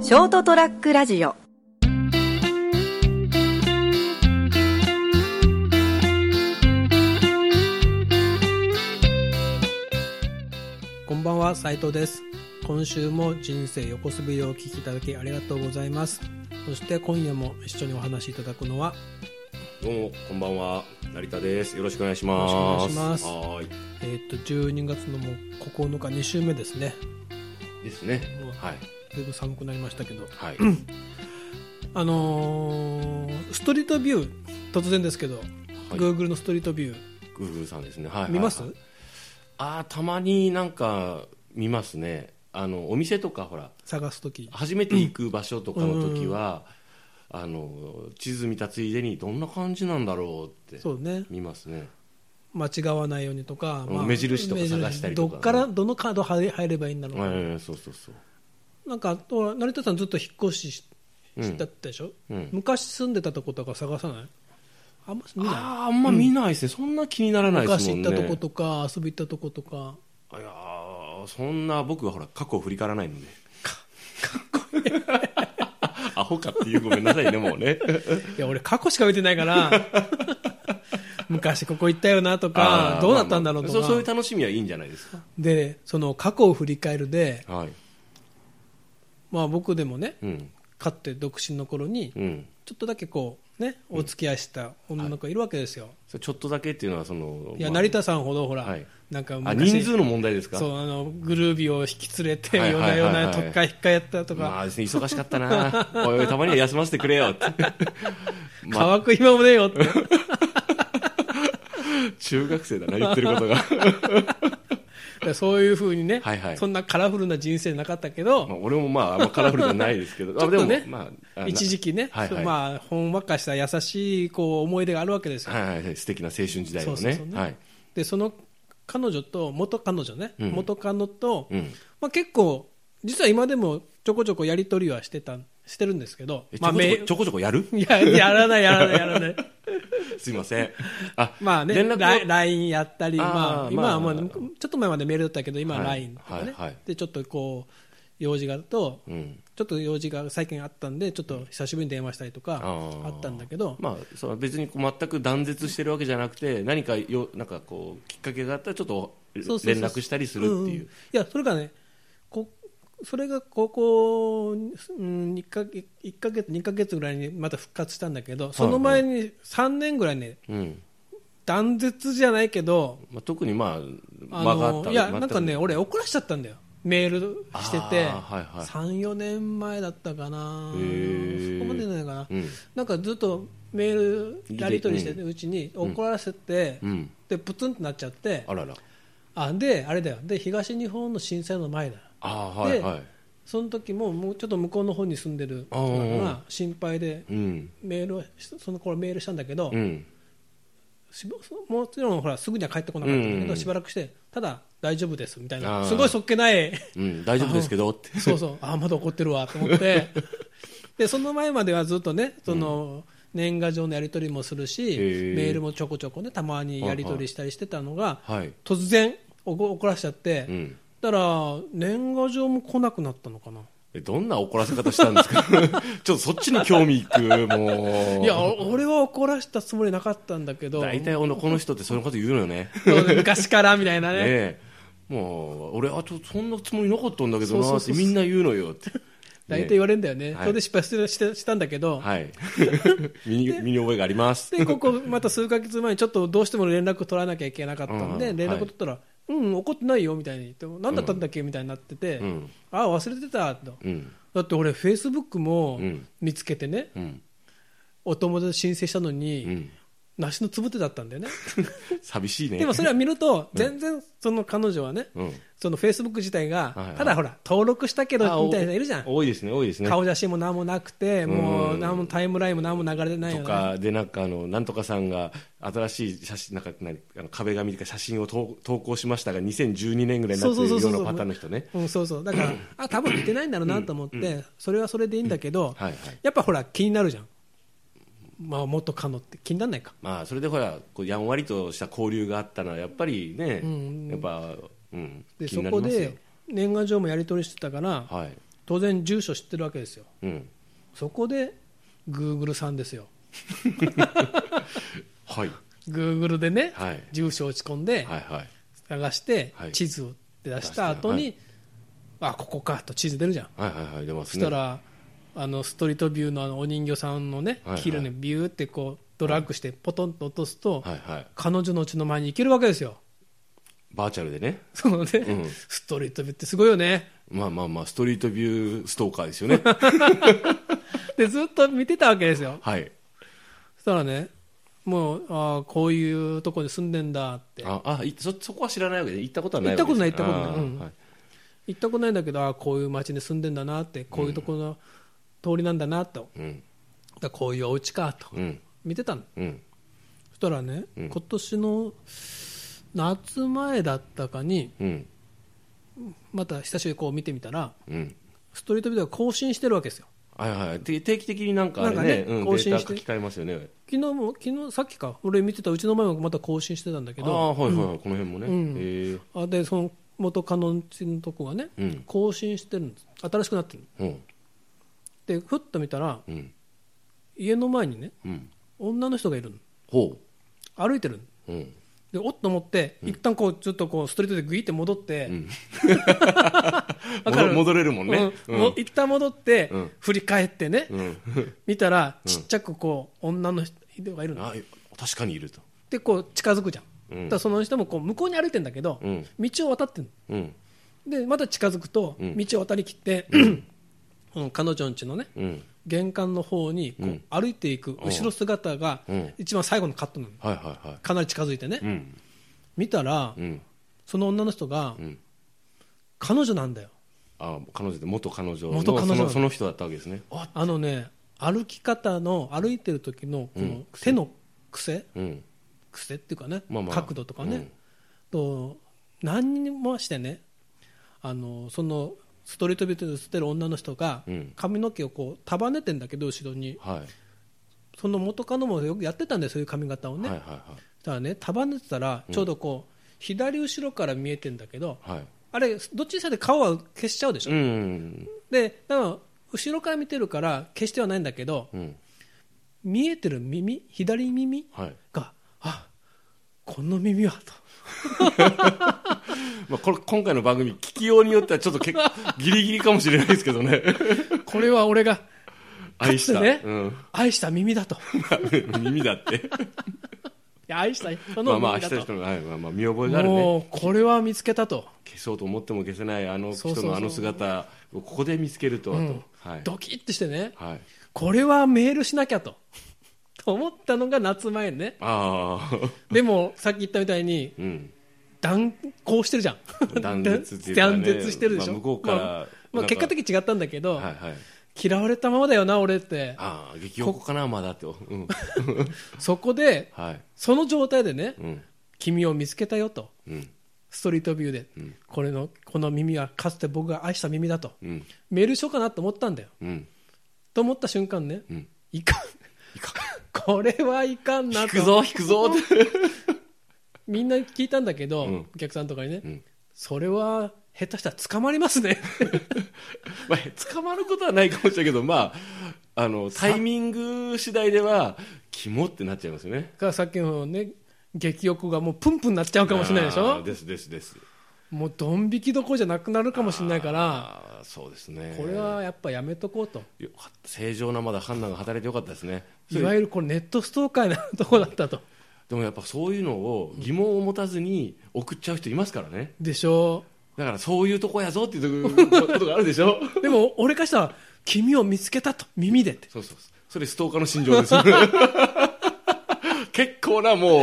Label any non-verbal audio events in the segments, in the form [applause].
ショートトラックラジオこんばんは、斉藤です。今週も人生横滑りをお聞きいただきありがとうございます。そして今夜も一緒にお話しいただくのは、どうもこんばんは成田ですよろしくお願いしますよろしくお願いしますはーいえーっ、と、12月のもう9日2週目ですね。ですねもうはいずいぶん寒くなりましたけど。 [clears throat] はいあのーストリートビュー、突然ですけど、い Google のストリートビュー、グーグルさんですねはいはい見ます、はいあーたまになんか見ますねあのお店とかほら探すとき。初めて行く場所とかの時は、あの地図見たついでにどんな感じなんだろうってそうね。見ますね間違わないようにとか、うん目印とか探したりとか目印どっから、どのカード入入ればいいんだろう、ええそうそうそうなんか、ほら成田さんずっと引っ越ししうんだったでしょ、うん昔住んでたとことか探さないあんま見なあーあんま見ないですね、そんな気にならないいですもん昔ね行ったとことか遊び行ったとことかいやーそんな僕はほら過去を振り返らないのでかかっこいいアホかっていうごめんなさいねもう [laughs] ねいや俺過去しか見てないから [laughs] 昔ここ行ったよなとかあーどうだったんだろうとか、まあまあそうそういう楽しみはいいんじゃないですかでその過去を振り返るで、はいまあ、僕でもねうんかって独身の頃にうんちょっとだけこうねお付き合いした女の子がいるわけですよ、それちょっとだけっていうのはそのいやまあ成田さんほどほら、はいなんかあ昔人数の問題ですかそうあのグルービーを引き連れてはい夜はいなはい夜はいな特会引っかやったとか、まあですね忙しかったなおいおいたまには休ませてく [laughs] れよってまあ乾く暇もねえよって中学生だな言ってること [laughs] がそういうふうにね、はいはいそんなカラフルな人生なかったけど、まあ俺もまああんまカラフルじゃないですけどちょっとあでねもまああな一時期ね、はいはいまあ、ほんわかした優しいこう思い出があるわけですよ、はいはいはい素敵な青春時代そのうそうねそうはいでその彼女と、元彼女ね、うん元彼女と、うんまあ、結構、実は今でもちょこちょこやり取りはしてたしてるんですけどえ、ちまょあ、こちょめこちょこちょこや [laughs] る [laughs] いややらない、やらない、やらない、すいません。あ、 [laughs] まあね、連絡をライン LINE やったり、あーまあ、今はもまあう、ちょっと前までメールだったけど、今ははい LINE とかね、はいはいでちょっとこう用事があると、うん。ちょっと用事が最近あったんで、ちょっと久しぶりに電話したりとかーあったんだけど、まあ、そう別にこう全く断絶してるわけじゃなくて、何かよ、なんかこう、きっかけがあったら、ちょっと連そうそうそう絡したりするっていんんう。や、それがね、こそれがここ、うん、1, か月1ヶ月、2ヶ月ぐらいにまた復活したんだけど、その前に3年ぐらいね、うん。断絶じゃないけど、まあ、特にまあ、あ間があっのたいや、なんかね、俺、怒らしちゃったんだよ、メールしてて、あーはいはい3、4年前だったかな、へーそこまでじゃないかな、うんなんかずっとメール、やり取りしてるうちに、うん怒らせて、うん。で、プツンってなっちゃって、あらら。あで、あれだよ、で東日本の震災の前だよ、あーはいではい。その時ももうちょっと向こうの方に住んでるあー人が心配で、うん。メールをしその頃メールしたんだけど、うん。しばもちろんほらすぐには帰ってこなかったんだけど、うんうんしばらくして、ただ、大丈夫ですみたいあな、ーすごいそっけない。うん。大丈夫ですけどって。 [laughs] そうそう、ああ、まだ怒ってるわと思って、 [laughs] でその前まではずっとね、その年賀状のやり取りもするし、へえメールもちょこちょこね、たまにやり取りしたりしてたのが、はい。突然おこ怒らしちゃって、うん。だから、年賀状も来なくなったのかな。えどんな怒らせ方したんですか [laughs] ちょっとそっちに興味いく、もう。いや、お俺は怒らしたつもりなかったんだけど、大体このこの人ってそのこと言うのよね。そうね昔からみたいな [laughs] ねね。えもう俺はちょっとそんなつもりなかったんだけどそうそなうっそてうみんな言うのよって [laughs] 大体言ねわれるんだよね。はいそれで失敗してしてしたんだけど、はい [laughs] 身に身に覚えがありますで、ここ、また数ヶ月前にちょっとどうしても連絡取らなきゃいけなかったんで、うん連絡取ったら、うん、怒ってないよみたいに言って、何だったんだっけみたいになってて、うんああ、忘れてたと。うんだって俺、フェイスブックもうん見つけてね、うんお友達申請したのうに、ん梨のつぶてだったんだよね。寂しいねでもそれは見ると、全然その彼女はね、うんそのフェイスブック自体がはいはい、ただほら、登録したけあどおみたいなのいるじゃん。多いですね多いですね顔写真も何もなくて、もううん何もタイムラインも何も流れてないよとね。かでなんかあのなんとかさんが新しい写真なんか何あの壁紙とか写真を投投稿しましたが2012年ぐらいになっているようなパターンの人ねうん、そうそう。だ [clears throat] から、あ、多分似てないんだろうなと思って、それはそれでいいんだけど、はいはいやっぱほら、気になるじゃん。まあ、元カノって気にならないか。まあそれでほらこうやんわりとした交流があったのはやっぱりねうんやっぱうんで、気そになこりますよで、年賀状もやり取りしてたから、はい当然住所知ってるわけですようんそこで Google さんですよはい、 Google でね、はい住所を打ち込んではいはい探してはい地図を出した後に、あここかと地図出るじゃんはいはいはい出まそすしねたら、あのストリートビューのあのお人形さんのね、はいはい黄色いのビューってこうドラッグして、ポトンと落とすと、はいはい彼女の家の前に行けるわけですよ、バーチャルでねそのね、んストリートビューってすごいよね、まあまあまあストリートビューストーカーで [laughs] すよねでずっと見てたわけですよ、はいそしたらね、もう、ああ、こういうとこで住んでんだって、ああいそそこは知らないわけで行ったことはないわけです行ったことない行ったことないあーうんはい行ったことないんだけど、ああ、こういう街に住んでんだなって、こういうところの通りなんだなと、うんだからこういうお家かと、うん見てたの。うんそしたらね、うん今年の夏前だったかに、うんまた久しぶりにこう見てみたら、うんストリートビューが更新してるわけですよ、はいはいて定期的になんかあれねなんかねうん、更デ新ーしタて書き換えますよね昨日も、昨日さっきか、俺見てたうちの前もまた更新してたんだけあど、あはいはい、この辺もね、うんへえあでその元カノんちのとこがね、うん更新してるんです、新しくなってるうんで、ふっと見たら、うん家の前にね、うん女の人がいるの、ほ歩いてるの。ううんでおっと思って、一旦こうちょっとこうストリートでグイって戻って、 [laughs] わかる戻戻れるもんね、うんも一旦戻って、うん振り返ってね、うん見たら、ちっちゃくこう女の人がいるの、あ確かにいるとでこう近づくじゃん、うんだからその人もこう向こうに歩いてんだけど、うん道を渡ってんのうんでまた近づくと、うん道を渡りきって、 [clears throat] その彼女ん家のねうん玄関の方にこううん歩いていく後ろ姿がうん一番最後のカットなのはいはいはかなり近づいてね、いうん見たら、うんその女の人がうん彼女なんだよあ彼女で元彼女の元彼女そのその人だったわけですねあのね歩き方の歩いてる時のこうのん手の癖うん癖っていうかね、まあまあ角度とかね、と何にもしてねあのそのストリートビューで映ってる女の人がうん髪の毛をこう束ねてんだけど後ろにはいその元カノもよくやってたんだよそういう髪型をね、はいはただね束ねてたらちょうどこう、左後ろから見えてんだけどいはいはいあれどっちにしたって顔は消しちゃうでしょ、うんでだから後ろから見てるから消してはないんだけどうん見えてる耳左耳はいがあこの耳はとまあこれ今回の番組聞きようによってはちょっと [laughs] 結構ギリギリかもしれないですけどねこれは俺が愛した、ねうん、 [laughs] 愛した耳だとい耳 [laughs] だってや愛した人まのあまあ耳だ明日との人の、はいまあ、まあ見覚えがあるねもうこれは見つけたと、消そうと思っても消せないあのそう人そうそうのあの姿をここで見つけるとはと、うんはい、ドキッとしてね、はい、これはメールしなきゃとと思ったのが夏前ね、ああでもさっき言ったみたいに、うん断行してるじゃん、断絶っていうかね断絶してるでしょ、まあ向こうからまあまなあんか結果的に違ったんだけど、はいはい嫌われたままだよな、俺って、ああ激おこかなまだと、うん、そこで、はいその状態でね、うん君を見つけたよと、うんストリートビューで、んこれのこの耳はかつて僕が愛した耳だと、うんメールしようかなと思ったんだよ。うんと思った瞬間ね、うんいかん。これはいかんな引と。くぞ引くぞってみんな聞いたんだけど、うんお客さんとかにね、んそれは下手したら捕まります [laughs] ね。まあ、捕まることはないかもしれないけど、まあ、あのタイミング次第では、肝ってなっちゃいますよね。がさっきのね、激欲がもうプンプンなっちゃうかもしれないでしあーょですですです。もうドン引きどころじゃなくなるかもしれないから、あーそうですね。これはやっぱやめとこうと。よかった正常なまだ判断が働いてよかったですね。いわゆるこれネットストーカーなとこだったと。でもやっぱそういうのを疑問を持たずに送っちゃう人いますからね。でしょだからそういうとこやぞっていうとこことがあるでしょ。う。でも俺からしたら、君を見つけたと、耳で [laughs] って。そうそうそう。それストーカーの心情です。結構なもう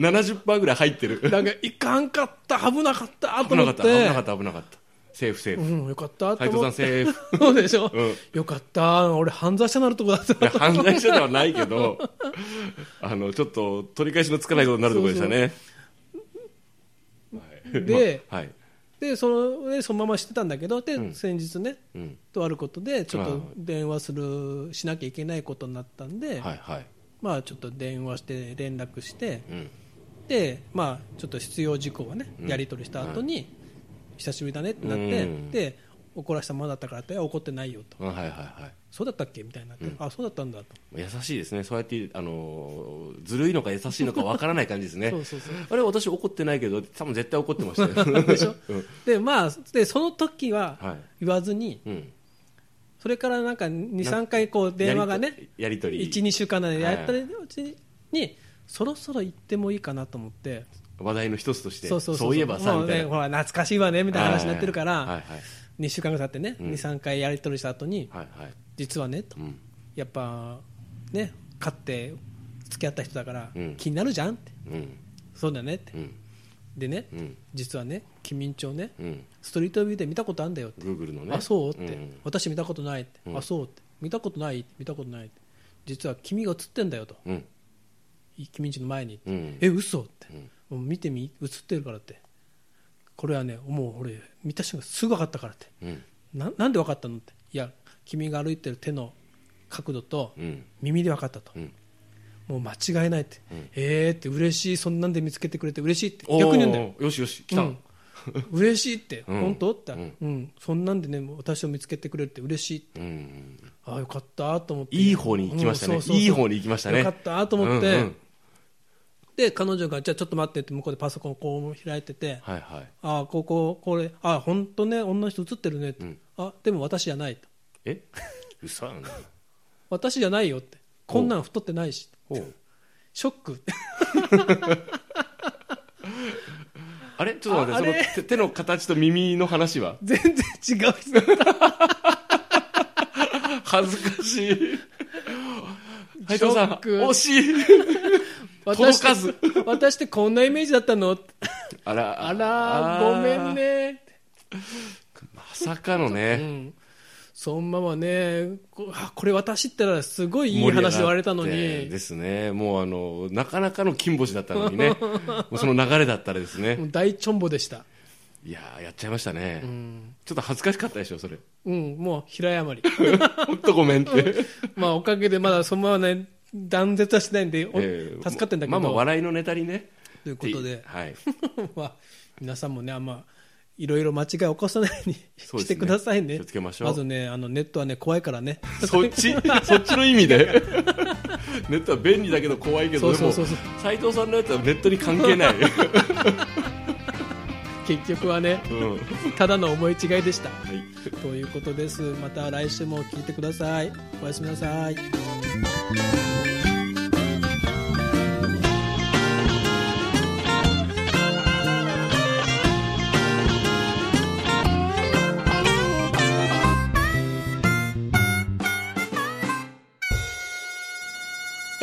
70%ぐらい入ってる。だけど、いかんかった、危なかったと危な思かっ。ってた、危なかった、危なかった。セーフ、セーフう。ん、よかったと斉藤思さんって。セーフそうでしょ、うんよかった、俺、犯罪者になるとこだったいや犯罪者ではないけどあのちょっと取り返しのつかないことになるところでしたねはいでまあはいでそのでそのまましてたんだけど、でうん先日ね、うんとあることで、ちょっああと電話するしなきゃいけないことになったんで、はいはいまあ、ちょっと電話して、連絡して、うんでまあ、ちょっと必要事項はね、うんやり取りした後に、久しぶりだねってなって、うんで怒らせたままだったからっていや怒ってないよとうんはいはいはいそうだったっけみたいになって、あそうだったんだと、優しいですね、そうやってあのーずるいのか優しいのかわからない感じですね [laughs] そうそうそうあれ、私、怒ってないけど、多分絶対怒ってましたよ、 [laughs] でしょうんでまあでその時ははい言わずにうん、それからなんか23回こう電話がねやりとり、やりとり12週間なではいやったりうちにそろそろ行ってもいいかなと思って話題の一つとして、そういえばさ、もうみたねいほな、ら懐かしいわねみたいな話になってるかはいはいらはい2週間ぐらい経ってねうん23回やり取りした後にはいはい実はねとうんやっぱね勝って付き合った人だからうん気になるじゃんってうんそうだねってうんでねうん実はね君んちをねうんストリートビューで見たことあるんだよってグーグルのねあそうって、ん私見たことないって、うんあそうって見たことない見たことないって実は君が映ってんだよとうん君んちの前に、うんえ嘘ってうん、もう見てみ映ってるからってこれはねもう俺見た瞬間すぐ分かったからってうんななんで分かったのっていや君が歩いてる手の角度とうん耳で分かったと、うんもう間違いないって、うんえーって嬉しいそんなんで見つけてくれて嬉しいっておー逆に言うんだ [laughs] よよしよし来た、うん嬉しいって、うん本当って、ううんんそんなんでね私を見つけてくれるって嬉しいってうんああよかったと思っていい方に行きましたねうんそうそうそういい方に行きましたねよかったと思って、うんうんで彼女がじゃあちょっと待ってって向こうでパソコンこう開いててはいはいああこここれああ本当ね女の人映ってるねって、うんあでも私じゃないとえ嘘や [laughs] な私じゃないよってこんなん太ってないしおうショック [laughs] あれちょっと待ってああれその手手の形と耳の話は全然違う恥ずかしい斉藤さんショック惜しい私 [laughs] 届かずって私ってこんなイメージだったのってあらあらあーごめんねってまさかのうね、ん、そんままねこあこれ私って言ったらすごいいい話で割れたの盛り上がってにですねもうあのなかなかの金星だったの [laughs] にねもうその流れだったらですねもう大チョンボでした、いやーやっちゃいましたね、うんちょっと恥ずかしかったでしょそれうん、もう平謝り [laughs] 本当ごめんって、まあおかげでまだそのままね断絶はしてないん [laughs] で、おえー助かってんだけど、まあまあ笑いのネタにねということで、 [laughs] はいまあ、皆さんもねあんまいろいろ間違い起こさないようにそうですねしてくださいね気をつけましょうずねあのネットはね怖いからね [laughs] そっちそっちの意味で [laughs] ネットは便利だけど怖いけどでそもうそうそう斉藤さんのやつはネットに関 [laughs] 係ない、う結局はねんはただの思い違いでしたいということですまた来週も聞いてくださいおやすみなさい